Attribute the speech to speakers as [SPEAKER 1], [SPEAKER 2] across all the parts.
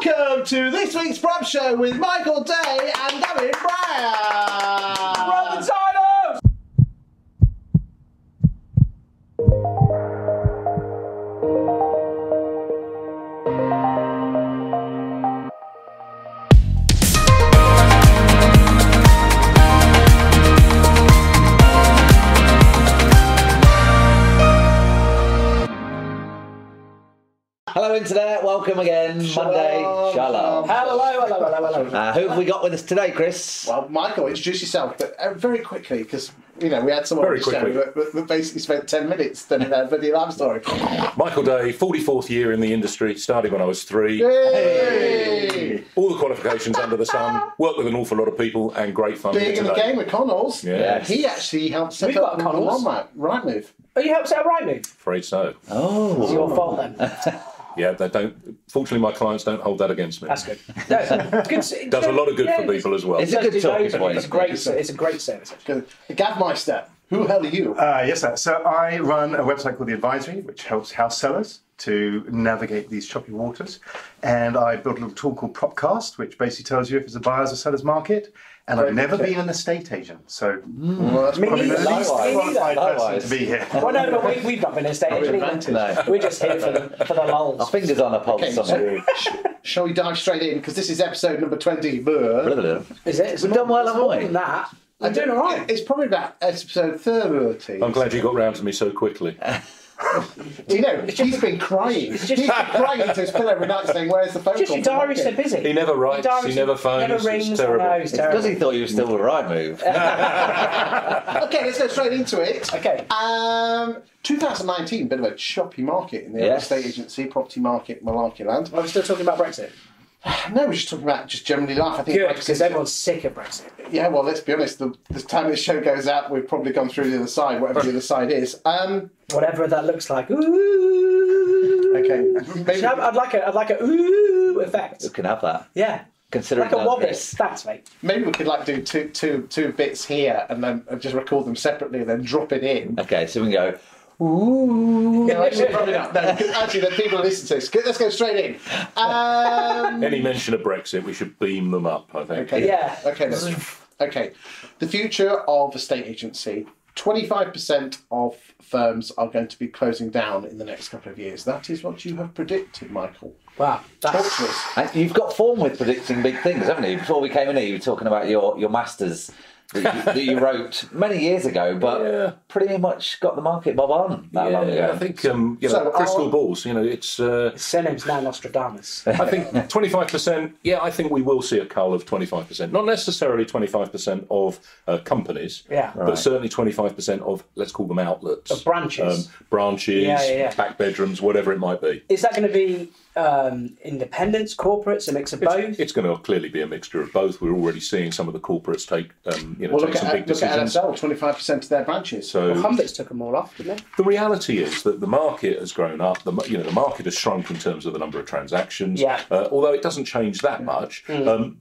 [SPEAKER 1] Welcome to this week's Brad Show with Michael Day and David Brown.
[SPEAKER 2] Roll the titles!
[SPEAKER 3] Hello, internet. Welcome again, Monday. Shalom.
[SPEAKER 2] Hello, hello, hello, hello.
[SPEAKER 3] Uh, who have we got with us today, Chris?
[SPEAKER 1] Well, Michael, introduce yourself, but uh, very quickly because you know we had someone
[SPEAKER 4] Very
[SPEAKER 1] on the show
[SPEAKER 4] quickly.
[SPEAKER 1] that- that- that basically spent ten minutes telling their bloody life story.
[SPEAKER 4] Michael Day, 44th year in the industry, started when I was three.
[SPEAKER 1] Hey,
[SPEAKER 4] All the qualifications under the sun, worked with an awful lot of people, and great fun here
[SPEAKER 1] being in the
[SPEAKER 4] today.
[SPEAKER 1] game with Connells,
[SPEAKER 4] Yeah.
[SPEAKER 1] he actually helped set
[SPEAKER 2] We've got
[SPEAKER 1] up the
[SPEAKER 2] Connells.
[SPEAKER 1] one right move.
[SPEAKER 2] Oh, you helped out right me.
[SPEAKER 4] Afraid so.
[SPEAKER 2] It's
[SPEAKER 3] oh,
[SPEAKER 2] your fault then.
[SPEAKER 4] Yeah, they don't. Fortunately, my clients don't hold that against me.
[SPEAKER 2] That's good. No, it's good to-
[SPEAKER 4] Does a lot of good
[SPEAKER 2] yeah,
[SPEAKER 4] for people as well.
[SPEAKER 3] Is it- It's a good
[SPEAKER 2] does do
[SPEAKER 3] talking
[SPEAKER 2] loads of
[SPEAKER 3] point.
[SPEAKER 2] good. It's a great. It's a great service. actually.
[SPEAKER 1] Good. Gavmeister, who the hell are you?
[SPEAKER 4] Um,
[SPEAKER 5] Uh, yes, sir. So I run a website called The Advisory, which helps house sellers to navigate these choppy waters. And I built a little tool called Propcast, which basically tells you if it's a buyer's or seller's market. And I've never been an estate agent, so
[SPEAKER 1] Well, that's
[SPEAKER 2] Me
[SPEAKER 1] probably
[SPEAKER 5] I'm the
[SPEAKER 2] neither.
[SPEAKER 5] least
[SPEAKER 3] likewise.
[SPEAKER 5] qualified person
[SPEAKER 3] Likewise.
[SPEAKER 5] to be here.
[SPEAKER 2] Well, no, but we, we've not been in state
[SPEAKER 1] an
[SPEAKER 2] agent either.
[SPEAKER 1] advantage.
[SPEAKER 3] no.
[SPEAKER 2] We're just here for the for the
[SPEAKER 3] Our
[SPEAKER 2] lulls.
[SPEAKER 3] fingers on a pulse
[SPEAKER 1] Okay,
[SPEAKER 3] somewhere.
[SPEAKER 1] so sh- shall we dive straight in? Because this is episode number 20. We're
[SPEAKER 2] Is it? It's
[SPEAKER 3] We've
[SPEAKER 2] more-
[SPEAKER 3] done well,
[SPEAKER 2] it's
[SPEAKER 3] haven't
[SPEAKER 2] more
[SPEAKER 3] we?
[SPEAKER 2] than That I'm doing all right.
[SPEAKER 1] It's probably about episode 30.
[SPEAKER 4] I'm glad you got round to me so quickly.
[SPEAKER 1] Do you know, he's been crying.
[SPEAKER 2] just-
[SPEAKER 1] he's been crying to his pillow every night saying, Where's the phone
[SPEAKER 2] Just
[SPEAKER 1] call?
[SPEAKER 2] your diary's so busy.
[SPEAKER 4] He never writes,
[SPEAKER 2] Your diary's-
[SPEAKER 4] he never phones,
[SPEAKER 2] Never rings.
[SPEAKER 4] it's terrible.
[SPEAKER 2] No, it's
[SPEAKER 3] Because he
[SPEAKER 2] terrible.
[SPEAKER 3] thought you were still with right move.
[SPEAKER 1] Uh, Okay, let's go straight into it.
[SPEAKER 2] Okay.
[SPEAKER 1] Um, 2019, bit of a choppy market in the
[SPEAKER 3] Yes.
[SPEAKER 1] estate agency, property market, malarkey land.
[SPEAKER 2] Are we still talking about Brexit?
[SPEAKER 1] No, we're just talking about just generally life. I think
[SPEAKER 2] Good,
[SPEAKER 1] Brexit's-
[SPEAKER 2] because everyone's sick of Brexit.
[SPEAKER 1] Yeah, well, let's be honest. The, the time this show goes out, we've probably gone through the other side, whatever the other side is. Um,
[SPEAKER 2] Whatever that looks like. Ooh.
[SPEAKER 1] okay, maybe,
[SPEAKER 2] Should I- I'd like a I'd like a ooh effect.
[SPEAKER 3] Who can have that?
[SPEAKER 2] Yeah.
[SPEAKER 3] Consider
[SPEAKER 2] Like
[SPEAKER 3] it
[SPEAKER 2] a
[SPEAKER 3] done,
[SPEAKER 2] wobble.
[SPEAKER 3] Chris.
[SPEAKER 2] Thanks, mate.
[SPEAKER 1] maybe we could like do two, two, two bits here and then just record them separately and then drop it in.
[SPEAKER 3] Okay, so we can go.
[SPEAKER 1] No, actually, probably not. No, 'cause actually, the people who listen to this. Let's go straight in. Um,
[SPEAKER 4] Any mention of Brexit, we should beam them up, I think.
[SPEAKER 1] okay.
[SPEAKER 2] Yeah.
[SPEAKER 1] Okay. then. Okay. The future of estate agency. 25% of firms are going to be closing down in the next couple of years. That is what you have predicted, Michael.
[SPEAKER 2] Wow.
[SPEAKER 1] Talk
[SPEAKER 2] That's
[SPEAKER 1] to us.
[SPEAKER 3] And you've got form with predicting big things, haven't you? Before we came in here, you were talking about your, your masters that you, that you wrote many years ago, but
[SPEAKER 4] Yeah.
[SPEAKER 3] pretty much got the market bob on that long
[SPEAKER 4] Yeah,
[SPEAKER 3] ago.
[SPEAKER 4] I think um, you know,
[SPEAKER 1] So,
[SPEAKER 4] crystal
[SPEAKER 1] I'll-
[SPEAKER 4] balls. You know, it's uh,
[SPEAKER 2] surname's now Nostradamus.
[SPEAKER 4] I think 25%, yeah, I think we will see a cull of 25%. Not necessarily 25% of uh, companies,
[SPEAKER 2] Yeah.
[SPEAKER 4] but certainly 25% of, let's call them outlets. Of
[SPEAKER 2] branches.
[SPEAKER 4] Um, branches,
[SPEAKER 2] Yeah, yeah, yeah.
[SPEAKER 4] back bedrooms, whatever it might be.
[SPEAKER 2] Is that going to be um, independents, corporates, a mix of both?
[SPEAKER 4] It's going to clearly be a mixture of both. We're already seeing some of the corporates take, um, you know,
[SPEAKER 1] Well,
[SPEAKER 4] take
[SPEAKER 1] look
[SPEAKER 4] some big
[SPEAKER 1] at, look at
[SPEAKER 4] decisions.
[SPEAKER 1] NSL, 25% of their branches.
[SPEAKER 4] so
[SPEAKER 2] Humbert's took them all off, didn't
[SPEAKER 4] the reality is that the market has grown up. The, ma- you know, the market has shrunk in terms of the number of transactions.
[SPEAKER 2] Yeah. Mm.
[SPEAKER 4] Uh, although it doesn't change that much. Um,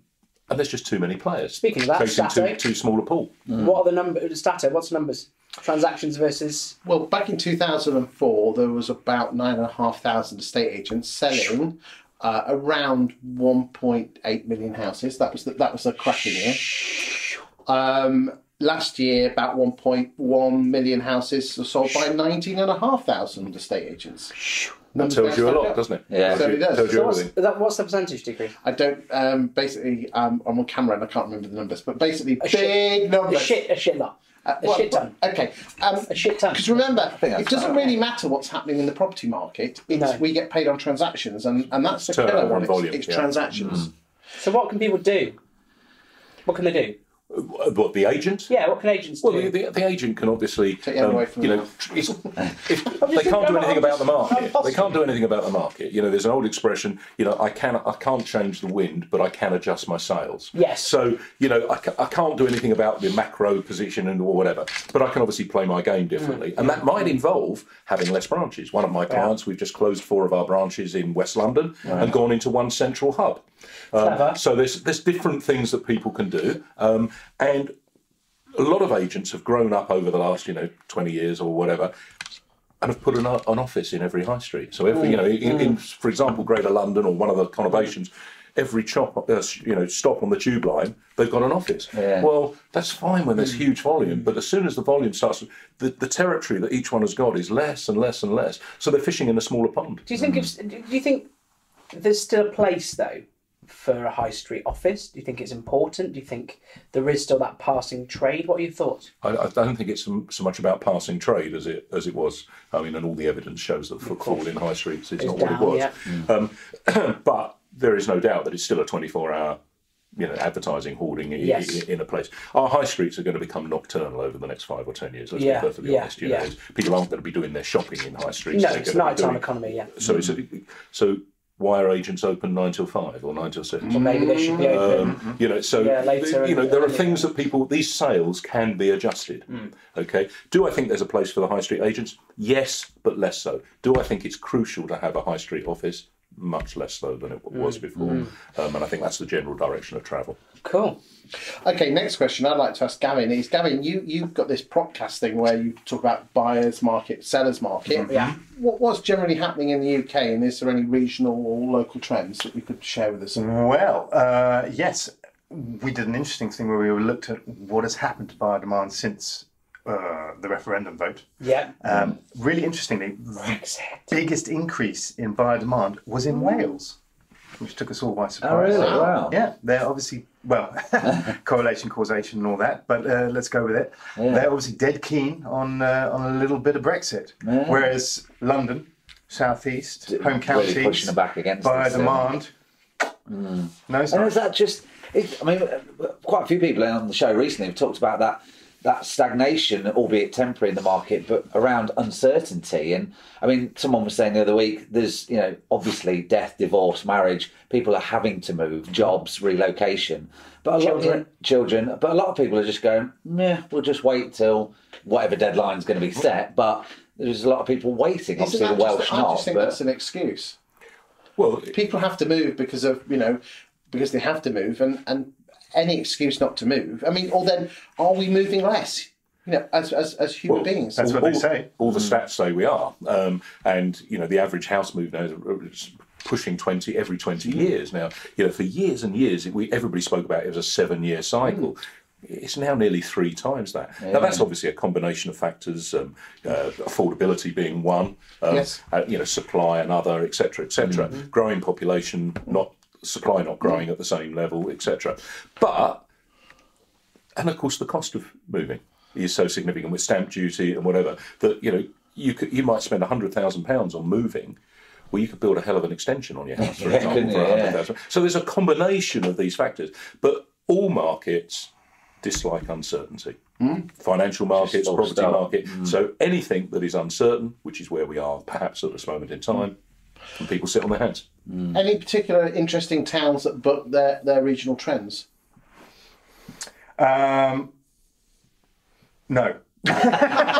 [SPEAKER 4] and there's just too many players.
[SPEAKER 2] Speaking of that,
[SPEAKER 4] chasing too,
[SPEAKER 2] Saturday-
[SPEAKER 4] too small a pool.
[SPEAKER 2] they? What are the numbers? Stato, what's the numbers? Transactions versus.
[SPEAKER 1] Well, back in 2004, there was about 9,500 estate agents selling uh, around 1.8 million houses. That was the, that was a cracking year. Um, last year, about 1.1 million houses were sold by 19,500 estate agents.
[SPEAKER 4] That tells you a lot, doesn't it?
[SPEAKER 3] Yeah.
[SPEAKER 4] Tells you-
[SPEAKER 1] Certainly does.
[SPEAKER 4] Tells you
[SPEAKER 1] So
[SPEAKER 2] What's,
[SPEAKER 4] everything.
[SPEAKER 2] that, what's the percentage degree?
[SPEAKER 1] I don't, um, basically, um, I'm on camera and I can't remember the numbers, but basically, big
[SPEAKER 2] shit- A
[SPEAKER 1] numbers.
[SPEAKER 2] shit, a shit lot. A
[SPEAKER 1] Uh, Well,
[SPEAKER 2] shit ton.
[SPEAKER 1] Okay. Um,
[SPEAKER 2] A shit ton.
[SPEAKER 1] Because remember,
[SPEAKER 3] that's
[SPEAKER 1] it doesn't
[SPEAKER 3] right.
[SPEAKER 1] really matter what's happening in the property market. It's
[SPEAKER 2] No.
[SPEAKER 1] we get paid on transactions, and, and that's the
[SPEAKER 4] Turnover
[SPEAKER 1] killer one.
[SPEAKER 4] and
[SPEAKER 1] It's,
[SPEAKER 4] volume,
[SPEAKER 1] it's
[SPEAKER 4] yeah.
[SPEAKER 3] Mm.
[SPEAKER 1] transactions.
[SPEAKER 2] So, what can people do? What can they do?
[SPEAKER 4] What the agent?
[SPEAKER 2] Yeah, what can agents
[SPEAKER 4] Well,
[SPEAKER 2] do?
[SPEAKER 4] the, the, the agent can obviously,
[SPEAKER 1] your hand
[SPEAKER 4] um,
[SPEAKER 1] away from
[SPEAKER 4] you
[SPEAKER 1] the
[SPEAKER 4] know,
[SPEAKER 1] mouth.
[SPEAKER 4] tr- it's, if they can't
[SPEAKER 2] thinking
[SPEAKER 4] do
[SPEAKER 2] about
[SPEAKER 4] anything about the
[SPEAKER 2] I'm
[SPEAKER 4] market. They
[SPEAKER 2] possibly-
[SPEAKER 4] can't do anything about the market. You know, there's an old expression. You know, I can I can't change the wind, but I can adjust my sails.
[SPEAKER 2] Yes.
[SPEAKER 4] So you know, I, ca- I can't do anything about the macro position and or whatever, but I can obviously play my game differently, and that might involve having less branches. One of my clients, we've just closed four of our branches in West London and gone into one central hub.
[SPEAKER 2] Clever.
[SPEAKER 4] Um, So there's there's different things that people can do, um, and a lot of agents have grown up over the last you know 20 years or whatever and have put an, o- an office in every high street. So every, you know, in, in, for example, Greater London or one of the conurbations, every chop, uh, s- you know, stop on the tube line, they've got an office.
[SPEAKER 3] Yeah.
[SPEAKER 4] Well, that's fine when there's huge volume, but as soon as the volume starts, the, the territory that each one has got is less and less and less. So they're fishing in a smaller pond.
[SPEAKER 2] Do you think it's, do you think there's still a place though for a high street office? Do you think it's important? Do you think there is still that passing trade? What are your thoughts?
[SPEAKER 4] I, I don't think it's so so much about passing trade as it as it was. I mean, and all the evidence shows that footfall in high streets is not
[SPEAKER 2] down,
[SPEAKER 4] what it
[SPEAKER 2] yeah.
[SPEAKER 4] was. Um, but there is no doubt that it's still a twenty-four hour, you know, advertising hoarding i- i-
[SPEAKER 2] Yes.
[SPEAKER 4] in a place. Our high streets are going to become nocturnal over the next five or ten years. Let's
[SPEAKER 2] Yeah,
[SPEAKER 4] be perfectly
[SPEAKER 2] yeah,
[SPEAKER 4] honest. You
[SPEAKER 2] yeah.
[SPEAKER 4] know, people aren't going to be doing their shopping in high streets.
[SPEAKER 2] No,
[SPEAKER 4] They're
[SPEAKER 2] it's
[SPEAKER 4] gonna be
[SPEAKER 2] nighttime
[SPEAKER 4] doing-
[SPEAKER 2] economy, yeah.
[SPEAKER 4] So, it's a, so why are agents open nine till five or nine till six?
[SPEAKER 2] Or maybe they should be open.
[SPEAKER 4] Um, you know, so
[SPEAKER 2] Mm-hmm. Yeah, later
[SPEAKER 4] you know,
[SPEAKER 2] in-
[SPEAKER 4] there are
[SPEAKER 2] in-
[SPEAKER 4] things that people these sales can be adjusted.
[SPEAKER 2] Mm.
[SPEAKER 4] Okay, do I think there's a place for the high street agents? Yes, but less so. Do I think it's crucial to have a high street office? Much less so than it
[SPEAKER 2] Mm,
[SPEAKER 4] was before, um, and I think that's the general direction of travel.
[SPEAKER 2] cool.
[SPEAKER 1] Okay, next question I'd like to ask Gavin is Gavin, you, you've got this propcast thing where you talk about buyer's market, seller's market.
[SPEAKER 3] Mm-hmm.
[SPEAKER 2] Yeah.
[SPEAKER 1] What, what's generally happening in the UK and is there any regional or local trends that you could share with
[SPEAKER 3] Mm-hmm.
[SPEAKER 1] us?
[SPEAKER 5] Well, uh, yes, we did an interesting thing where we looked at what has happened to buyer demand since uh, the referendum vote.
[SPEAKER 2] Yeah.
[SPEAKER 5] Um, really interestingly, the biggest increase in buyer demand was in Wales, which took us all by surprise.
[SPEAKER 3] Oh, Wow.
[SPEAKER 5] Yeah, they're obviously well, correlation, causation, and all that. But uh, let's go with it. They're obviously dead keen on uh, on a little bit of Brexit, whereas London, southeast, home counties,
[SPEAKER 3] really pushing them back against
[SPEAKER 5] by
[SPEAKER 3] us, yeah.
[SPEAKER 5] demand. No, it's
[SPEAKER 3] And
[SPEAKER 5] not.
[SPEAKER 3] is that just? It, I mean, uh, quite a few people on the show recently have talked about that that stagnation, albeit temporary, in the market, but around uncertainty. And I mean, someone was saying the other week, there's you know obviously death, divorce, marriage. People are having to move, jobs, relocation, but a lot
[SPEAKER 2] Children.
[SPEAKER 3] of, children. But a lot of people are just going, yeah, we'll just wait till whatever deadline's going to be set. But there's a lot of people waiting.
[SPEAKER 1] Isn't
[SPEAKER 3] Obviously, the
[SPEAKER 1] that
[SPEAKER 3] Welsh
[SPEAKER 1] just, I
[SPEAKER 3] not.
[SPEAKER 1] just think
[SPEAKER 3] but
[SPEAKER 1] that's an excuse.
[SPEAKER 4] Well,
[SPEAKER 1] people have to move because of you know because they have to move and and any excuse not to move i mean or then are we moving less you know as as, as human beings
[SPEAKER 5] that's what
[SPEAKER 4] all,
[SPEAKER 5] they say.
[SPEAKER 4] All the stats say we are, um, and you know the average house move now is pushing twenty every twenty years now. You know, for years and years, it- we everybody spoke about it was a seven-year cycle. It's now nearly three times that. Now that's obviously a combination of factors, um, uh, affordability being one, um,
[SPEAKER 1] Yes.
[SPEAKER 4] uh, you know, supply another, etc., etc. Growing population, not supply not growing at the same level, etc. But and of course the cost of moving is so significant with stamp duty and whatever that you know you could you might spend hundred thousand pounds on moving. Well, you could build a hell of an extension on your house, for
[SPEAKER 3] Yeah,
[SPEAKER 4] example,
[SPEAKER 3] couldn't
[SPEAKER 4] for
[SPEAKER 3] you? Yeah.
[SPEAKER 4] hundred thousand. So there's a combination of these factors, but all markets dislike uncertainty.
[SPEAKER 3] Hmm?
[SPEAKER 4] Financial markets,
[SPEAKER 3] all
[SPEAKER 4] property
[SPEAKER 3] stuff. Hmm.
[SPEAKER 4] market. So anything that is uncertain, which is where we are perhaps at this moment in time,
[SPEAKER 3] Hmm.
[SPEAKER 4] and people sit on their hands.
[SPEAKER 1] any particular interesting towns that book their their regional trends
[SPEAKER 5] Um, no,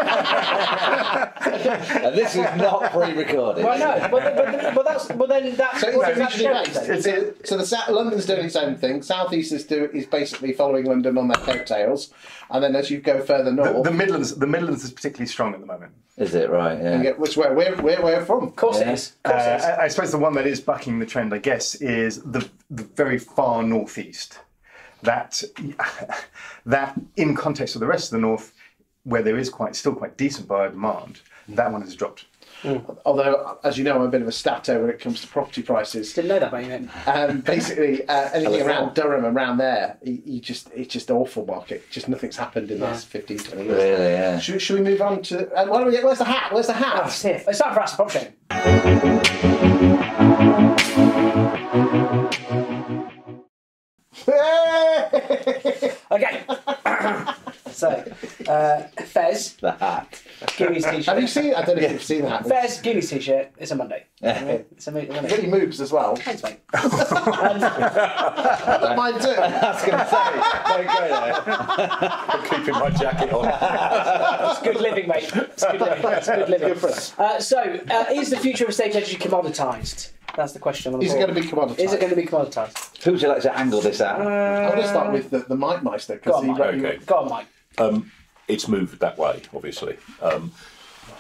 [SPEAKER 3] and this is not pre-recorded.
[SPEAKER 2] Well, no, but, but, but that's but then that's
[SPEAKER 1] so,
[SPEAKER 2] what does that
[SPEAKER 1] it's
[SPEAKER 2] show
[SPEAKER 1] regionally
[SPEAKER 2] then?
[SPEAKER 1] based. So- so the Sou- London's doing its own thing. Southeast is do is basically following London on their coattails, and then as you go further north,
[SPEAKER 5] the Midlands. The Midlands is particularly strong at the moment.
[SPEAKER 3] Is it right? Yeah.
[SPEAKER 1] you get- which where we're where we're from.
[SPEAKER 2] Of course it
[SPEAKER 3] Yeah.
[SPEAKER 2] is. Of course it is.
[SPEAKER 5] Uh, I, I suppose the one that is bucking the trend, I guess, is the, the very far northeast. That that in context of the rest of the north, where there is quite still quite decent buyer demand,
[SPEAKER 4] Mm.
[SPEAKER 5] that one has dropped.
[SPEAKER 1] Although, as you know, I'm a bit of a stato when it comes to property prices.
[SPEAKER 2] Didn't know that Ah, about you, mate.
[SPEAKER 1] um, basically uh, anything
[SPEAKER 3] Telephone.
[SPEAKER 1] around Durham around there you, you just it's just awful market just nothing's happened in the last 15 20 years
[SPEAKER 3] Really, yeah.
[SPEAKER 1] should, should we move on to uh, why don't we get where's the hat where's the
[SPEAKER 2] That's
[SPEAKER 1] hat
[SPEAKER 2] it. It's time for Ask the Prop Show. Okay. so, uh, Fez,
[SPEAKER 3] The hat.
[SPEAKER 2] Guinea's t-shirt.
[SPEAKER 1] have you seen I don't know if you've seen that
[SPEAKER 2] Fez, Guinea's t-shirt. It's a Monday. It's a Monday.
[SPEAKER 1] really moves as well
[SPEAKER 2] Thanks, mate.
[SPEAKER 1] I don't mind too
[SPEAKER 3] That's going to say. Don't go there.
[SPEAKER 4] I'm keeping my jacket on.
[SPEAKER 2] It's good living, mate. It's good living. It's good living. Uh, so, uh, is the future of estate agency commoditised? That's the question. on the
[SPEAKER 1] is it
[SPEAKER 2] board.
[SPEAKER 1] going to be commoditized
[SPEAKER 2] Is it going to be commoditised?
[SPEAKER 3] Who would you like to angle this at?
[SPEAKER 1] I'm going to start with the, the Mike Meister
[SPEAKER 2] uh, Go
[SPEAKER 1] because
[SPEAKER 2] on, Mike.
[SPEAKER 1] he he-
[SPEAKER 4] Okay.
[SPEAKER 2] Go on, Mike.
[SPEAKER 4] it's moved that way, obviously. Um,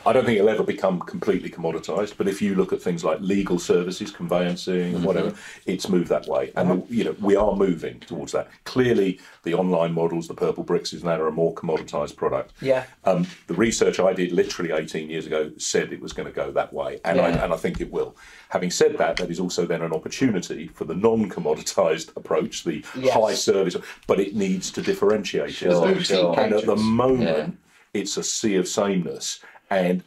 [SPEAKER 4] I don't think it'll ever become completely commoditized, but if you look at things like legal services, conveyancing, and whatever, it's moved that way. And you know, we are moving towards that. Clearly, the online models, the purple bricks, is now a more commoditized product.
[SPEAKER 2] Yeah.
[SPEAKER 4] Um, the research I did literally 18 years ago said it was going to go that way, and, I,
[SPEAKER 2] Yeah.
[SPEAKER 4] and I think it will. Having said that, that is also then an opportunity for the non-commoditized approach, the
[SPEAKER 2] Yes.
[SPEAKER 4] high service, but it needs to differentiate.
[SPEAKER 3] Sure,
[SPEAKER 4] itself.
[SPEAKER 3] sure.
[SPEAKER 4] And at the
[SPEAKER 1] Agents.
[SPEAKER 4] moment, it's a sea of sameness, and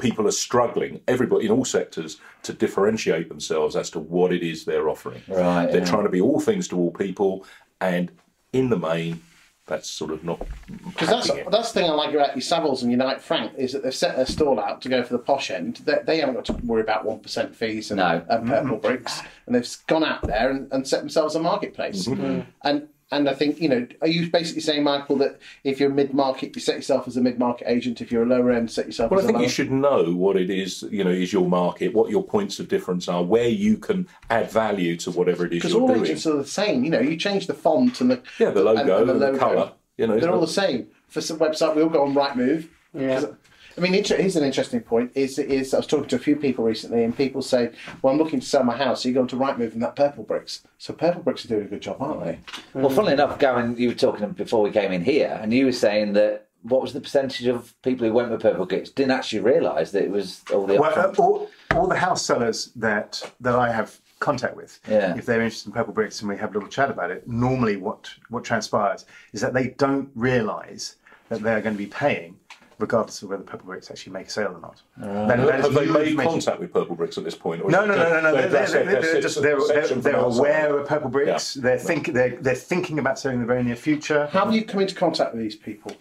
[SPEAKER 4] people are struggling, everybody in all sectors, to differentiate themselves as to what it is they're offering.
[SPEAKER 3] Right,
[SPEAKER 4] They're
[SPEAKER 3] yeah.
[SPEAKER 4] trying to be all things to all people, and in the main, that's sort of not.
[SPEAKER 1] Because
[SPEAKER 4] happening.
[SPEAKER 1] that's, that's the thing I like about your Savills and Unite Frank is that they've set their stall out to go for the posh end. They, they haven't got to worry about 1% fees and,
[SPEAKER 3] No.
[SPEAKER 1] and purple
[SPEAKER 4] Mm-hmm.
[SPEAKER 1] bricks. And they've gone out there and, and set themselves a marketplace.
[SPEAKER 4] Mm-hmm.
[SPEAKER 1] And and I think, you know, are you basically saying, Michael, that if you're mid market, you set yourself as a mid market agent. If you're a lower end, set yourself
[SPEAKER 4] Well,
[SPEAKER 1] as a
[SPEAKER 4] I think
[SPEAKER 1] lower
[SPEAKER 4] you should know what it is, you know, is your market, what your points of difference are, where you can add value to whatever it is
[SPEAKER 1] Because
[SPEAKER 4] you're
[SPEAKER 1] all
[SPEAKER 4] doing.
[SPEAKER 1] agents are the same. You know, you change the font and the
[SPEAKER 4] Yeah, the logo and the colour, you know,
[SPEAKER 1] they're all the
[SPEAKER 4] it's
[SPEAKER 1] same. For some website, we all go on Rightmove.
[SPEAKER 2] Yeah.
[SPEAKER 1] 'Cause- I mean, inter- here's an interesting point. Is is I was talking to a few people recently, and people say, "Well, I'm looking to sell my house. So you go on to Rightmove and that Purple Bricks. So Purple Bricks are doing a good job, aren't they?
[SPEAKER 3] Well, funnily enough, Gavin, you were talking before we came in here, and you were saying that what was the percentage of people who went with purple kits didn't actually realise that it was all the
[SPEAKER 5] Well, uh,
[SPEAKER 3] upfront-
[SPEAKER 5] all, all the house sellers that that I have contact with,
[SPEAKER 3] Yeah.
[SPEAKER 5] if they're interested in purple bricks and we have a little chat about it, normally what what transpires is that they don't realise that they're going to be paying, regardless of whether purple bricks actually make a sale or not. That- that is
[SPEAKER 4] Uh, Have they
[SPEAKER 5] new
[SPEAKER 4] made
[SPEAKER 5] information.
[SPEAKER 4] contact with Purple Bricks at this point? Or
[SPEAKER 5] No,
[SPEAKER 4] is
[SPEAKER 5] no,
[SPEAKER 4] it-
[SPEAKER 5] no, no, no. They're, they're,
[SPEAKER 4] that's it,
[SPEAKER 5] they're,
[SPEAKER 4] that's it,
[SPEAKER 5] they're,
[SPEAKER 4] it's a
[SPEAKER 5] just, they're, they're,
[SPEAKER 4] section
[SPEAKER 5] they're
[SPEAKER 4] from outside.
[SPEAKER 5] aware of purple bricks. They're think they're, they're thinking about selling in the very near future.
[SPEAKER 1] How do you come into contact with these people?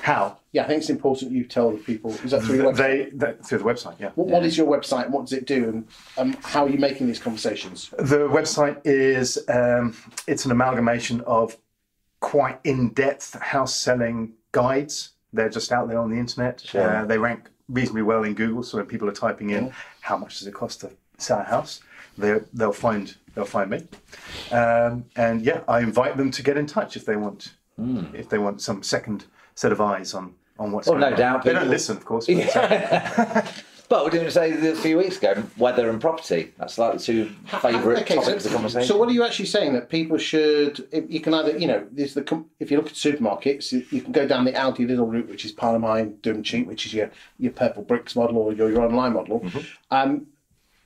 [SPEAKER 5] How?
[SPEAKER 1] Yeah, I think it's important you tell the people. Is that through your website?
[SPEAKER 5] They, they through the website, yeah.
[SPEAKER 1] what, what is your website? and What does it do? And um, how are you making these conversations?
[SPEAKER 5] The website is um, it's an amalgamation of quite in-depth house selling guides. They're just out there on the internet. Uh, they rank reasonably well in Google, so when people are typing in how much does it cost to sell a house, they they'll find they'll find me. Um, and yeah, I invite them to get in touch if they want if they want some second set of eyes on on what's
[SPEAKER 3] Hmm. Well,
[SPEAKER 5] going
[SPEAKER 3] no
[SPEAKER 5] on.
[SPEAKER 3] doubt
[SPEAKER 5] They
[SPEAKER 3] people-
[SPEAKER 5] don't listen, of course. but-
[SPEAKER 3] But we didn't say a few weeks ago weather and property. That's like the two favourite
[SPEAKER 1] Okay,
[SPEAKER 3] topics
[SPEAKER 1] so,
[SPEAKER 3] of conversation.
[SPEAKER 1] so what are you actually saying that people should? If you can either, you know, there's the com- if you look at supermarkets, you, you can go down the Aldi Lidl route, which is part of my Doom Cheap, which is your your purple bricks model or your, your online model. Um,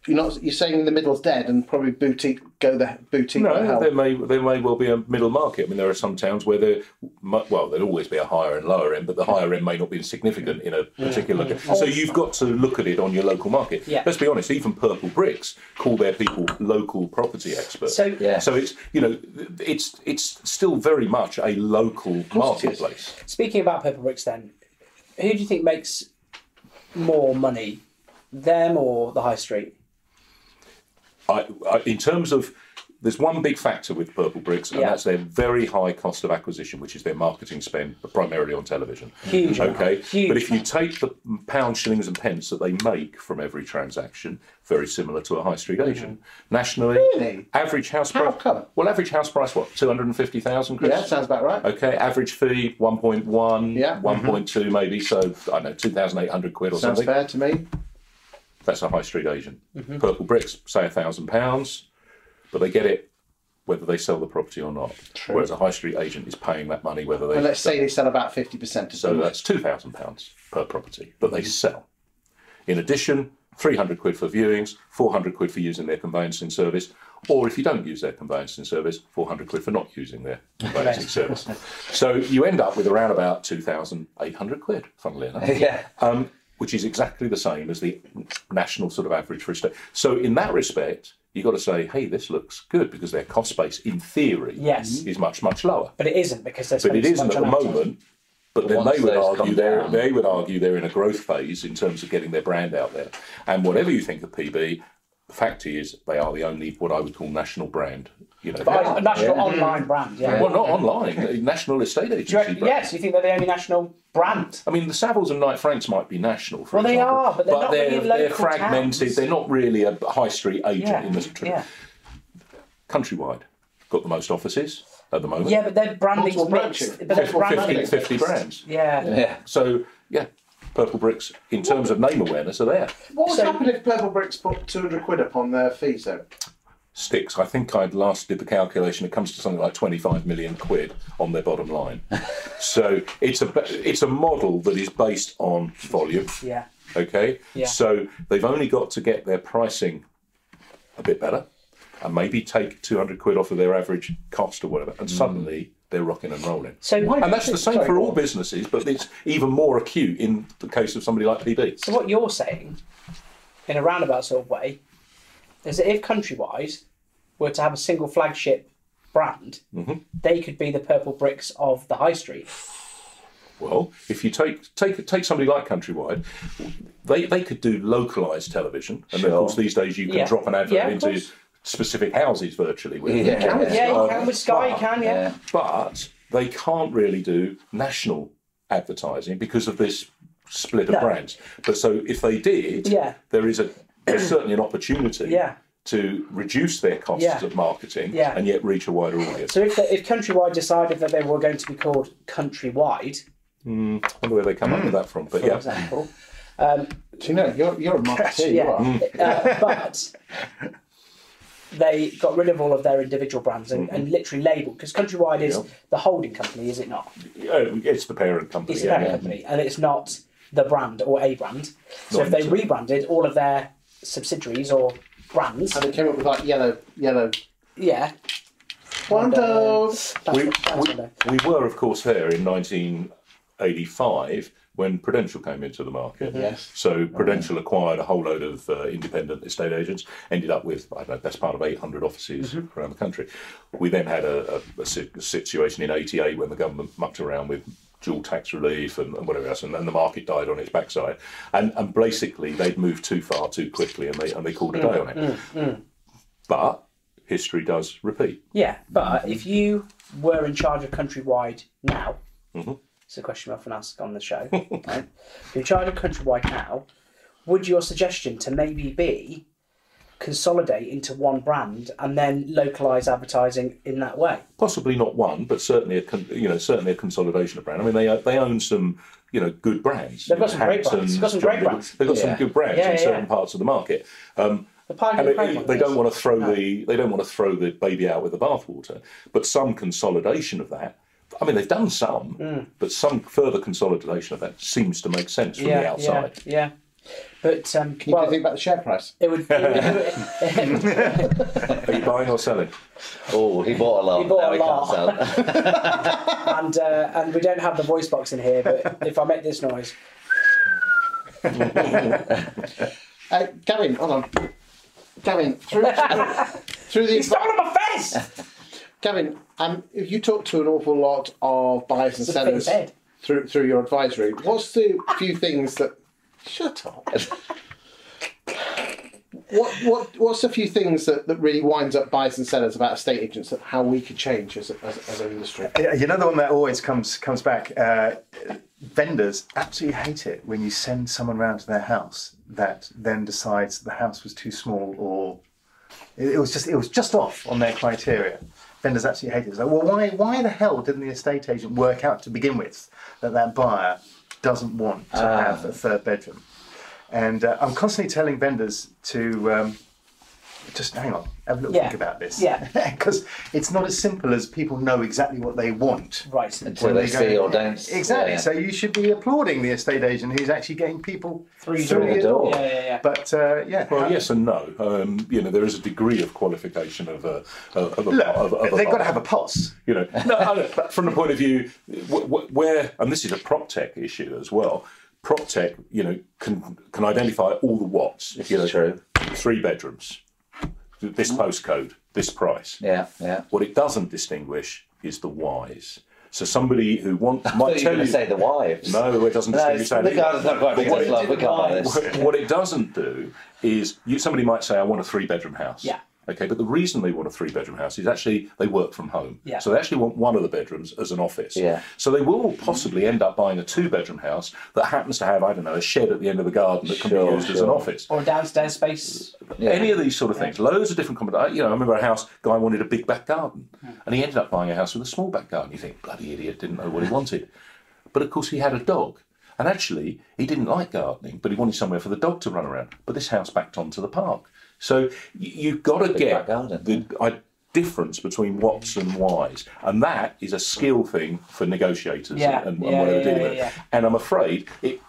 [SPEAKER 1] you're not you're saying the middle's dead and probably boutique go the boutique. the
[SPEAKER 4] No,
[SPEAKER 1] hell.
[SPEAKER 4] there may there may well be a middle market. I mean, there are some towns where there, mu- well, there'll always be a higher and lower end, but the higher end may not be significant in a particular. loca- So you've got to look at it on your local market.
[SPEAKER 2] Mm. Yeah.
[SPEAKER 4] Let's be honest. Even Purple Bricks call their people local property experts.
[SPEAKER 2] So
[SPEAKER 3] Yeah.
[SPEAKER 4] So it's you know it's it's still very much a local marketplace.
[SPEAKER 2] speaking about purple bricks, then who do you think makes more money, them or the high street?
[SPEAKER 4] I, I, in terms of there's one big factor with Purple Bricks, and
[SPEAKER 2] Yeah.
[SPEAKER 4] that's their very high cost of acquisition, which is their marketing spend, but primarily on television.
[SPEAKER 2] Huge amount.
[SPEAKER 4] Okay.
[SPEAKER 2] Huge
[SPEAKER 4] But if you take the pounds, shillings, and pence that they make from every transaction, very similar to a high street agent nationally,
[SPEAKER 1] Mm-hmm. Really?
[SPEAKER 4] average house
[SPEAKER 1] How
[SPEAKER 4] price.
[SPEAKER 1] come?
[SPEAKER 4] Well, average house price what two hundred and fifty thousand.
[SPEAKER 1] yeah, sounds about right.
[SPEAKER 4] Okay, average fee 1.1,
[SPEAKER 1] Yeah.
[SPEAKER 4] 1.2 maybe, so I don't know, 2,800 quid or
[SPEAKER 1] Sounds
[SPEAKER 4] something.
[SPEAKER 1] fair to me.
[SPEAKER 4] That's a high street agent.
[SPEAKER 1] Mm-hmm.
[SPEAKER 4] Purple bricks, say a thousand pounds, but they get it whether they sell the property or not. Whereas a high street agent is paying that money whether they.
[SPEAKER 1] And let's say they sell about fifty percent.
[SPEAKER 4] so that's two thousand pounds per property that
[SPEAKER 1] Mm-hmm.
[SPEAKER 4] they sell. In addition, three hundred quid for viewings, four hundred quid for using their conveyancing service, or if you don't use their conveyancing service, four hundred quid for not using their conveyancing service. So you end up with around about two thousand eight hundred quid, funnily enough
[SPEAKER 3] yeah.
[SPEAKER 4] um, which is exactly the same as the national sort of average for a state. So in that respect, you've got to say, hey, this looks good because their cost base, in theory,
[SPEAKER 2] Yes.
[SPEAKER 4] is much much lower.
[SPEAKER 2] But it isn't because they're
[SPEAKER 4] But
[SPEAKER 2] spending
[SPEAKER 4] it
[SPEAKER 2] so
[SPEAKER 4] isn't
[SPEAKER 2] much
[SPEAKER 4] at the
[SPEAKER 2] on advertising.
[SPEAKER 4] moment. But then
[SPEAKER 3] once
[SPEAKER 4] they would
[SPEAKER 3] those
[SPEAKER 4] argue
[SPEAKER 3] come
[SPEAKER 4] they're
[SPEAKER 3] down-
[SPEAKER 4] they would argue they're in a growth phase in terms of getting their brand out there. And whatever you think of PB, the fact is they are the only what I would call national brand. You know,
[SPEAKER 2] But a national online brand, yeah.
[SPEAKER 4] well, not online, a national estate agency.
[SPEAKER 2] Do you reckon-
[SPEAKER 4] brand.
[SPEAKER 2] yes, you think they're the only national brand?
[SPEAKER 4] I mean, the Savills and Knight Franks might be national, for
[SPEAKER 2] Well, they
[SPEAKER 4] example,
[SPEAKER 2] are, but they're not really local
[SPEAKER 4] they're fragmented.
[SPEAKER 2] towns.
[SPEAKER 4] They're not really a high street agent
[SPEAKER 2] Yeah,
[SPEAKER 4] in the tr-
[SPEAKER 2] yeah.
[SPEAKER 4] countrywide. Got the most offices at the moment.
[SPEAKER 2] Yeah, but their branding's
[SPEAKER 1] Multiple
[SPEAKER 2] mixed.
[SPEAKER 1] branches.
[SPEAKER 2] But their
[SPEAKER 4] Fif- 50,
[SPEAKER 2] branding,
[SPEAKER 4] 50 brands.
[SPEAKER 2] yeah.
[SPEAKER 3] Yeah.
[SPEAKER 4] So yeah, Purple Bricks, in terms of name awareness, are there.
[SPEAKER 1] What would
[SPEAKER 2] So-
[SPEAKER 1] happen if Purple Bricks put 200 quid upon their fees, though?
[SPEAKER 4] Sticks. I think I'd last did the calculation. It comes to something like 25 million quid on their bottom line. so it's a it's a model that is based on volume.
[SPEAKER 2] Yeah.
[SPEAKER 4] Okay.
[SPEAKER 2] Yeah.
[SPEAKER 4] So they've only got to get their pricing a bit better and maybe take 200 quid off of their average cost or whatever. And suddenly they're rocking and rolling.
[SPEAKER 2] Mm. So why
[SPEAKER 4] and that's the same
[SPEAKER 1] Sorry,
[SPEAKER 4] for
[SPEAKER 1] go
[SPEAKER 4] all
[SPEAKER 1] on.
[SPEAKER 4] businesses, but it's even more acute in the case of somebody like PB.
[SPEAKER 2] So what you're saying, in a roundabout sort of way, is that if Countrywide were to have a single flagship brand,
[SPEAKER 4] Mm-hmm.
[SPEAKER 2] they could be the purple bricks of the high street.
[SPEAKER 4] Well, if you take take take somebody like Countrywide, they they could do localized television, and then of
[SPEAKER 3] Sure.
[SPEAKER 4] course these days you can
[SPEAKER 2] Yeah.
[SPEAKER 4] drop an advert
[SPEAKER 2] Yeah, of
[SPEAKER 4] into
[SPEAKER 2] course.
[SPEAKER 4] specific houses virtually with Uh,
[SPEAKER 3] Yeah.
[SPEAKER 4] it.
[SPEAKER 2] Yeah, you can with Sky, you can, yeah.
[SPEAKER 3] Yeah.
[SPEAKER 4] but they can't really do national advertising because of this split of
[SPEAKER 2] No.
[SPEAKER 4] brands. But so if they did,
[SPEAKER 2] Yeah.
[SPEAKER 4] there is a there's certainly an opportunity
[SPEAKER 2] Yeah.
[SPEAKER 4] to reduce their costs
[SPEAKER 2] Yeah.
[SPEAKER 4] of marketing
[SPEAKER 2] Yeah.
[SPEAKER 4] and yet reach a wider audience.
[SPEAKER 2] So if, they, if Countrywide decided that they were going to be called Countrywide,
[SPEAKER 4] I wonder where they come up with that from. But
[SPEAKER 2] for
[SPEAKER 4] yeah,
[SPEAKER 2] example,
[SPEAKER 1] Do you know, you're, you're a marketeer,
[SPEAKER 2] yeah,
[SPEAKER 1] you are.
[SPEAKER 2] uh, but they got rid of all of their individual brands and, and literally labelled because Countrywide is
[SPEAKER 4] Yeah.
[SPEAKER 2] the holding company, is it not?
[SPEAKER 4] Oh, it's the parent company.
[SPEAKER 2] it's
[SPEAKER 4] yeah.
[SPEAKER 2] a parent company and it's not the brand or a brand. So
[SPEAKER 4] Not
[SPEAKER 2] if they
[SPEAKER 4] into-
[SPEAKER 2] rebranded all of their subsidiaries or brands,
[SPEAKER 1] And they came up with like yellow, yellow.
[SPEAKER 2] yeah,
[SPEAKER 1] Wonder.
[SPEAKER 2] that's,
[SPEAKER 4] we,
[SPEAKER 2] that's
[SPEAKER 4] we,
[SPEAKER 2] what they-
[SPEAKER 4] we were, of course, there in 1985 when Prudential came into the market.
[SPEAKER 1] Yes.
[SPEAKER 4] So Prudential acquired a whole load of uh, independent estate agents, ended up with, I don't know, best part of 800 offices around the country. We then had a, a- a si- situation in 88 when the government mucked around with dual tax relief and, and whatever else, and then the market died on its backside. And, and basically, they'd moved too far too quickly and they, and they called a day on it. But history does repeat.
[SPEAKER 2] yeah. But if you were in charge of Countrywide now,
[SPEAKER 4] Mm-hmm.
[SPEAKER 2] it's a question we often ask on the show. right? If you're in charge of Countrywide now, would your suggestion to maybe be consolidate into one brand and then localize advertising in that way?
[SPEAKER 4] possibly not one, but certainly a con- you know certainly a consolidation of brand. I mean, they they own some you know good brands.
[SPEAKER 2] They've got some great brands.
[SPEAKER 4] Hamptons,
[SPEAKER 2] They've got some
[SPEAKER 4] John
[SPEAKER 2] great
[SPEAKER 4] Lewis.
[SPEAKER 2] brands.
[SPEAKER 4] They've got some
[SPEAKER 3] Yeah.
[SPEAKER 4] good brands
[SPEAKER 2] Yeah,
[SPEAKER 4] in
[SPEAKER 2] yeah,
[SPEAKER 4] certain
[SPEAKER 2] yeah.
[SPEAKER 4] parts of the market. Um,
[SPEAKER 2] The Pioneer
[SPEAKER 4] and they,
[SPEAKER 2] Program
[SPEAKER 4] they
[SPEAKER 2] is-
[SPEAKER 4] don't want to throw the they don't want to throw the baby out with the bathwater. But some consolidation of that. I mean, they've done some,
[SPEAKER 2] Mm.
[SPEAKER 4] but some further consolidation of that seems to make sense from the outside.
[SPEAKER 2] Yeah, yeah. But um,
[SPEAKER 1] You
[SPEAKER 2] well,
[SPEAKER 1] do think about the share price.
[SPEAKER 2] it would. It would
[SPEAKER 4] Are you buying or selling?
[SPEAKER 3] Oh, he bought a lot.
[SPEAKER 2] He bought
[SPEAKER 3] now
[SPEAKER 2] a
[SPEAKER 3] he
[SPEAKER 2] lot.
[SPEAKER 3] can't sell.
[SPEAKER 2] and uh, and we don't have the voice box in here, but if I make this noise,
[SPEAKER 1] Uh, Gavin, hold on. Gavin, through, through the
[SPEAKER 2] it's not on my face.
[SPEAKER 1] Gavin, um, if you talk to an awful lot of buyers and
[SPEAKER 2] It's a big
[SPEAKER 1] sellers
[SPEAKER 2] bed.
[SPEAKER 1] through through your advisory, what's the few things that? Shut up. What what what's a few things that, that really winds up buyers and sellers about estate agents that how we could change as a, as, a- as an industry?
[SPEAKER 5] Yeah, You know the one that always comes comes back. Uh, vendors absolutely hate it when you send someone round to their house that then decides the house was too small or it, it was just it was just off on their criteria. Vendors absolutely hate it. It's like, well, why why the hell didn't the estate agent work out to begin with that that buyer doesn't want to
[SPEAKER 2] Ah.
[SPEAKER 5] have a third bedroom? And uh, I'm constantly telling vendors to. Um, just hang on, have a little
[SPEAKER 2] Yeah.
[SPEAKER 5] think about this.
[SPEAKER 2] Yeah.
[SPEAKER 5] Because it's not as simple as people know exactly what they want.
[SPEAKER 2] Right.
[SPEAKER 3] Until they
[SPEAKER 5] When
[SPEAKER 3] see
[SPEAKER 5] go-
[SPEAKER 3] or don't.
[SPEAKER 5] Exactly.
[SPEAKER 3] yeah.
[SPEAKER 5] So you should be applauding the estate agent who's actually getting people through,
[SPEAKER 3] the
[SPEAKER 5] your
[SPEAKER 3] door.
[SPEAKER 2] Yeah, yeah, yeah.
[SPEAKER 5] But uh, yeah,
[SPEAKER 4] Well, yes and no. Um, you know, there is a degree of qualification of a of, of a,
[SPEAKER 5] Look,
[SPEAKER 4] of, of a
[SPEAKER 5] they've
[SPEAKER 4] buyer.
[SPEAKER 5] got to have a pulse.
[SPEAKER 4] you know, no, I know, but from the point of view wh- wh- where, and this is a prop tech issue as well. Prop tech, you know, can can identify all the what's. If you know,
[SPEAKER 3] true.
[SPEAKER 4] Three bedrooms, this postcode, this price.
[SPEAKER 3] Mm-hmm. Yeah, yeah.
[SPEAKER 4] What it doesn't distinguish is the whys. So somebody who wants
[SPEAKER 3] I
[SPEAKER 4] might
[SPEAKER 3] thought you were
[SPEAKER 4] tell
[SPEAKER 3] going
[SPEAKER 4] you
[SPEAKER 3] to say the wives.
[SPEAKER 4] no, it doesn't
[SPEAKER 3] No, it's-
[SPEAKER 4] distinguish
[SPEAKER 3] the
[SPEAKER 4] that. either.
[SPEAKER 3] guy's not quite big
[SPEAKER 4] What
[SPEAKER 3] enough love.
[SPEAKER 4] it
[SPEAKER 3] We can't buy this.
[SPEAKER 4] What, what it doesn't do is you, somebody might say, I want a three bedroom house.
[SPEAKER 2] Yeah.
[SPEAKER 4] Okay, but the reason they want a three bedroom house is actually they work from home.
[SPEAKER 2] Yeah.
[SPEAKER 4] So they actually want one of the bedrooms as an office.
[SPEAKER 3] Yeah.
[SPEAKER 4] So they will possibly end up buying a two bedroom house that happens to have, I don't know, a shed at the end of the garden that can
[SPEAKER 3] Sure,
[SPEAKER 4] be used as an
[SPEAKER 3] sure.
[SPEAKER 4] office.
[SPEAKER 2] Or a downstairs space.
[SPEAKER 3] Yeah.
[SPEAKER 4] Any of these sort of things. Loads of different combinations. You know, I remember a house guy wanted a big back garden, and he ended up buying a house with a small back garden. You think, bloody idiot, didn't know what he wanted. But of course, he had a dog, And actually, he didn't like gardening, but he wanted somewhere for the dog to run around. But this house backed onto the park. So y- you've got to
[SPEAKER 3] back
[SPEAKER 4] get
[SPEAKER 3] garden.
[SPEAKER 4] the i- difference between what's and why's. And that is a skill thing for negotiators
[SPEAKER 2] Yeah,
[SPEAKER 4] and, and
[SPEAKER 2] yeah,
[SPEAKER 4] whatever
[SPEAKER 2] yeah,
[SPEAKER 4] dealing
[SPEAKER 2] yeah,
[SPEAKER 4] with it.
[SPEAKER 2] yeah.
[SPEAKER 4] And I'm afraid, it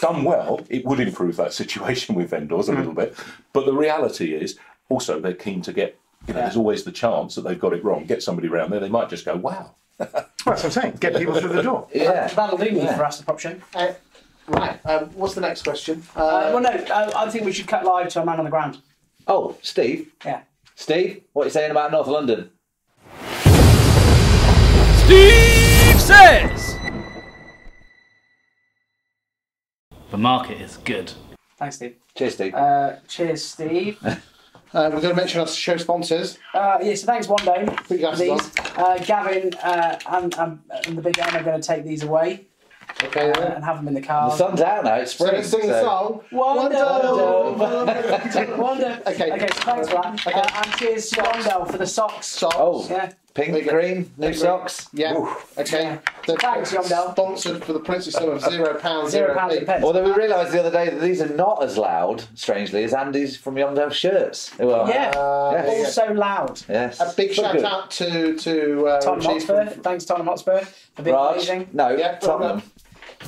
[SPEAKER 4] done well, it would improve that situation with vendors a little bit. But the reality is, also they're keen to get. You know,
[SPEAKER 2] Yeah.
[SPEAKER 4] there's always the chance that they've got it wrong. Get somebody around there, they might just go, "Wow,
[SPEAKER 5] Well, that's what I'm saying. Get people through the door.
[SPEAKER 3] Yeah.
[SPEAKER 2] That'll do me for Ask the Prop Show.
[SPEAKER 1] Uh, right. Um, what's the next question? Uh,
[SPEAKER 2] Uh, well, no, I, I think we should cut live to a man on the ground.
[SPEAKER 3] Oh, Steve.
[SPEAKER 2] Yeah.
[SPEAKER 3] Steve, what are you saying about North London?
[SPEAKER 6] Steve says. The market is good.
[SPEAKER 2] Thanks, Steve.
[SPEAKER 3] Cheers, Steve.
[SPEAKER 2] Uh, cheers, Steve.
[SPEAKER 1] uh, we're going to mention our show sponsors.
[SPEAKER 2] Uh, yeah, so thanks, one day.
[SPEAKER 1] Put your
[SPEAKER 2] for
[SPEAKER 1] glasses
[SPEAKER 2] These. Uh, Gavin uh, and, and, and the big M are going to take these away
[SPEAKER 1] Okay.
[SPEAKER 2] uh, and have them in the car.
[SPEAKER 3] the sun's out now. It's spring.
[SPEAKER 1] We're going to sing the
[SPEAKER 3] so-
[SPEAKER 1] song.
[SPEAKER 2] Wonderful.
[SPEAKER 1] Wonderful.
[SPEAKER 2] Wonder.
[SPEAKER 1] Okay.
[SPEAKER 2] Okay, so thanks for that.
[SPEAKER 1] Okay.
[SPEAKER 2] Uh, and cheers to Wondell for the socks.
[SPEAKER 1] Socks.
[SPEAKER 3] Oh,
[SPEAKER 2] Yeah.
[SPEAKER 3] pink,
[SPEAKER 1] There you go.
[SPEAKER 3] green, new socks.
[SPEAKER 1] Yeah. Okay. They're
[SPEAKER 2] Thanks, Yomdel.
[SPEAKER 1] Sponsored for the princely sum of zero pounds
[SPEAKER 2] Zero
[SPEAKER 1] zero
[SPEAKER 2] pounds and
[SPEAKER 1] p.
[SPEAKER 2] pence.
[SPEAKER 3] Although we realised the other day that these are not as loud, strangely, as Andy's from Yomdale shirts. who are-
[SPEAKER 2] Yeah.
[SPEAKER 1] Uh,
[SPEAKER 3] Yes.
[SPEAKER 2] also loud.
[SPEAKER 3] Yes.
[SPEAKER 1] A big
[SPEAKER 3] So
[SPEAKER 1] shout
[SPEAKER 3] good.
[SPEAKER 1] out to to uh,
[SPEAKER 2] Tottenham
[SPEAKER 1] Chief
[SPEAKER 2] Hotspur.
[SPEAKER 1] from-
[SPEAKER 2] Thanks, Tottenham Hotspur, for being
[SPEAKER 3] Oh, Raj.
[SPEAKER 2] amazing.
[SPEAKER 3] No,
[SPEAKER 1] Yeah,
[SPEAKER 3] Tottenham.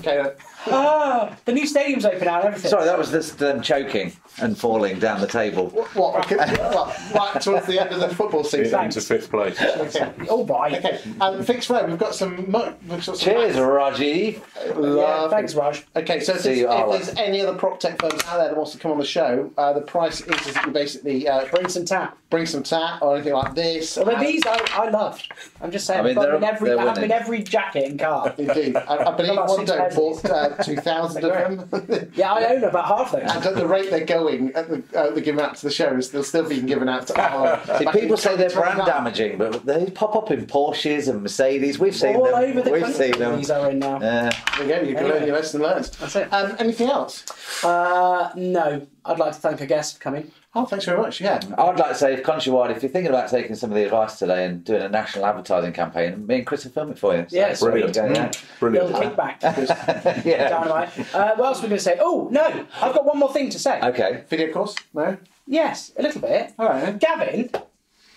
[SPEAKER 1] Okay. then.
[SPEAKER 2] Ah, the new stadium's open now and everything.
[SPEAKER 3] Sorry, that was just them choking and falling down the table.
[SPEAKER 1] What? what, okay, what right towards the end of the football season.
[SPEAKER 2] Thanks.
[SPEAKER 4] into fifth place."
[SPEAKER 1] Okay.
[SPEAKER 2] All right.
[SPEAKER 1] Okay. um, And fixed row. We've got some. Mo- we've got some
[SPEAKER 3] Cheers, Rajiv.
[SPEAKER 2] Yeah,
[SPEAKER 1] Love-
[SPEAKER 2] thanks, Raj.
[SPEAKER 1] Okay, so if,
[SPEAKER 3] See
[SPEAKER 1] there's,
[SPEAKER 3] you,
[SPEAKER 1] if
[SPEAKER 3] Arlo.
[SPEAKER 1] there's any other prop tech firms out there that wants to come on the show, uh, the price is, is you basically uh, bring,
[SPEAKER 2] Bring some tap.
[SPEAKER 1] bring some tat or anything like this.
[SPEAKER 2] Although
[SPEAKER 1] Uh,
[SPEAKER 2] these I, I love. I'm just saying,
[SPEAKER 3] I
[SPEAKER 2] I
[SPEAKER 3] mean,
[SPEAKER 2] have got them in
[SPEAKER 3] they're-
[SPEAKER 2] every,
[SPEAKER 3] they're
[SPEAKER 2] I have them in
[SPEAKER 3] winning.
[SPEAKER 2] every jacket and car.
[SPEAKER 1] Indeed. I, I believe
[SPEAKER 2] About
[SPEAKER 1] one
[SPEAKER 2] six
[SPEAKER 1] day
[SPEAKER 2] pairs of
[SPEAKER 1] bought uh, 2,000 of them.
[SPEAKER 2] Yeah, I own about half those.
[SPEAKER 1] And at the rate they're going, at the, uh, they're giving out to the shows, they'll still be given out to our.
[SPEAKER 3] See, people say they're brand damaging, but they pop up in Porsches and Mercedes. We've seen
[SPEAKER 2] All
[SPEAKER 3] them.
[SPEAKER 2] over the
[SPEAKER 3] We've
[SPEAKER 2] country
[SPEAKER 3] seen them.
[SPEAKER 2] these are in now.
[SPEAKER 3] Yeah.
[SPEAKER 1] There you go, you can learn your lesson learned.
[SPEAKER 2] That's it.
[SPEAKER 1] Um, anything else?
[SPEAKER 2] Uh, no, I'd like to thank our guest for coming.
[SPEAKER 1] Oh, thanks very much. Yeah.
[SPEAKER 3] I'd like to say, if Countrywide, if you're thinking about taking some of the advice today and doing a national advertising campaign, me and Chris will film it for you. So,
[SPEAKER 2] Yes.
[SPEAKER 4] Brilliant.
[SPEAKER 3] there you go,
[SPEAKER 2] Little
[SPEAKER 4] Brilliant.
[SPEAKER 2] kickback.
[SPEAKER 3] Yeah. yeah.
[SPEAKER 2] Dynamite. Uh, what else are we going to say? Oh, no, I've got one more thing to say.
[SPEAKER 3] Okay.
[SPEAKER 1] Video course? No?
[SPEAKER 2] Yes, a little bit.
[SPEAKER 1] All right. then.
[SPEAKER 2] Gavin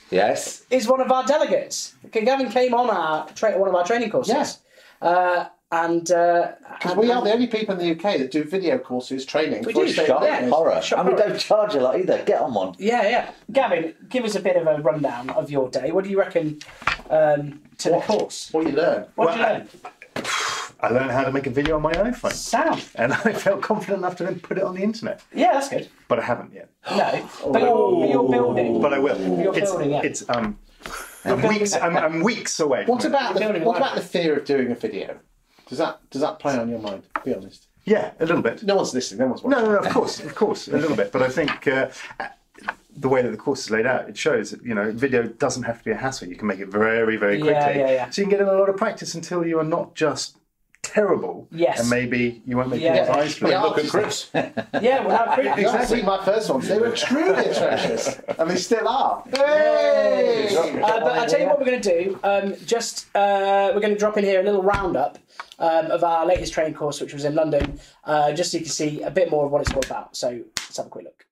[SPEAKER 3] Yes.
[SPEAKER 2] is one of our delegates. Okay, Gavin came on our tra- one of our training courses.
[SPEAKER 1] Yes.
[SPEAKER 2] Uh, and because
[SPEAKER 1] Because we are the only people in the UK that do video courses training.
[SPEAKER 2] We
[SPEAKER 1] for
[SPEAKER 2] do,
[SPEAKER 1] state
[SPEAKER 3] Shock
[SPEAKER 2] yeah.
[SPEAKER 3] horror.
[SPEAKER 2] Shock
[SPEAKER 3] and we
[SPEAKER 2] horror.
[SPEAKER 3] don't charge a lot either. Get on one.
[SPEAKER 2] Yeah, yeah. Gavin, give us a bit of a rundown of your day. What do you reckon um, to the course?
[SPEAKER 1] What you learn.
[SPEAKER 2] What do you
[SPEAKER 5] Well,
[SPEAKER 2] learn?
[SPEAKER 5] I learned how to make a video on my iPhone,
[SPEAKER 2] Sound.
[SPEAKER 5] and I felt confident enough to then put it on the internet.
[SPEAKER 2] Yeah, that's good.
[SPEAKER 5] But I haven't yet.
[SPEAKER 2] No, but you're, but you're building.
[SPEAKER 5] But I will.
[SPEAKER 2] You're
[SPEAKER 5] it's,
[SPEAKER 2] building it.
[SPEAKER 5] it's um, I'm weeks. I'm, I'm weeks away. from
[SPEAKER 1] What
[SPEAKER 5] it.
[SPEAKER 1] about the,
[SPEAKER 2] You're building
[SPEAKER 1] what
[SPEAKER 2] a life.
[SPEAKER 1] about the fear of doing a video? Does that does that play on your mind? Be honest.
[SPEAKER 5] Yeah, a little bit.
[SPEAKER 1] No one's listening. No one's watching.
[SPEAKER 5] No, no, no. Of course, of course, a little bit. But I think uh, the way that the course is laid out, it shows that you know video doesn't have to be a hassle. You can make it very, very
[SPEAKER 2] Yeah,
[SPEAKER 5] quickly.
[SPEAKER 2] yeah, yeah.
[SPEAKER 5] So you can get in a lot of practice until you are not just terrible.
[SPEAKER 2] Yes.
[SPEAKER 5] And maybe you won't make
[SPEAKER 2] Yeah.
[SPEAKER 5] people's eyes blue.
[SPEAKER 1] Yeah.
[SPEAKER 4] Look at Chris.
[SPEAKER 2] yeah, well, how pretty.
[SPEAKER 1] You haven't seen my first ones. They were truly atrocious, and they still are. Hey!
[SPEAKER 2] Uh, but I'll tell you what we're going to do. Um, just uh, we're going to drop in here a little roundup um, of our latest training course, which was in London, uh, just so you can see a bit more of what it's all about. So let's have a quick look.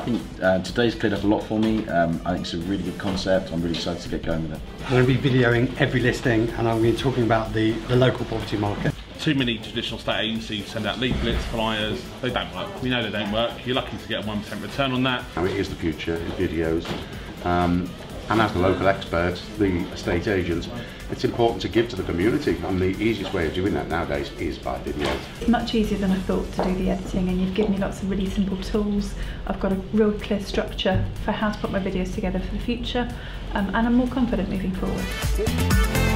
[SPEAKER 7] think uh, today's cleared up a lot for me. Um, I think it's a really good concept. I'm really excited to get going with it.
[SPEAKER 8] I'm going to be videoing every listing and I'm going to be talking about the, the local property market.
[SPEAKER 6] Too many traditional state agencies send out leaflets, flyers. They don't work. We know they don't work. You're lucky to get a 1% return on that.
[SPEAKER 9] I mean, it is the future in videos. Um, and as the local experts, the estate agents, it's important to give to the community. And the easiest way of doing that nowadays is by video.
[SPEAKER 10] It's much easier than I thought to do the editing, and you've given me lots of really simple tools. I've got a real clear structure for how to put my videos together for the future, um, and I'm more confident moving forward.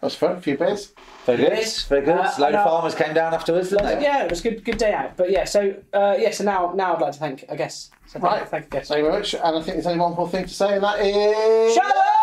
[SPEAKER 5] That's fun. A few beers.
[SPEAKER 3] Very good. Very good.
[SPEAKER 2] Uh,
[SPEAKER 3] Load
[SPEAKER 2] no.
[SPEAKER 3] of farmers came down afterwards, didn't they?
[SPEAKER 2] Yeah, it was a good, good day out. But yeah, so uh, yeah, so now now I'd like to thank, I guess. So thank,
[SPEAKER 5] Right.
[SPEAKER 2] thank you, guess.
[SPEAKER 5] Thank you very much. And I think there's only one more thing to say, and that is.
[SPEAKER 2] Shut up!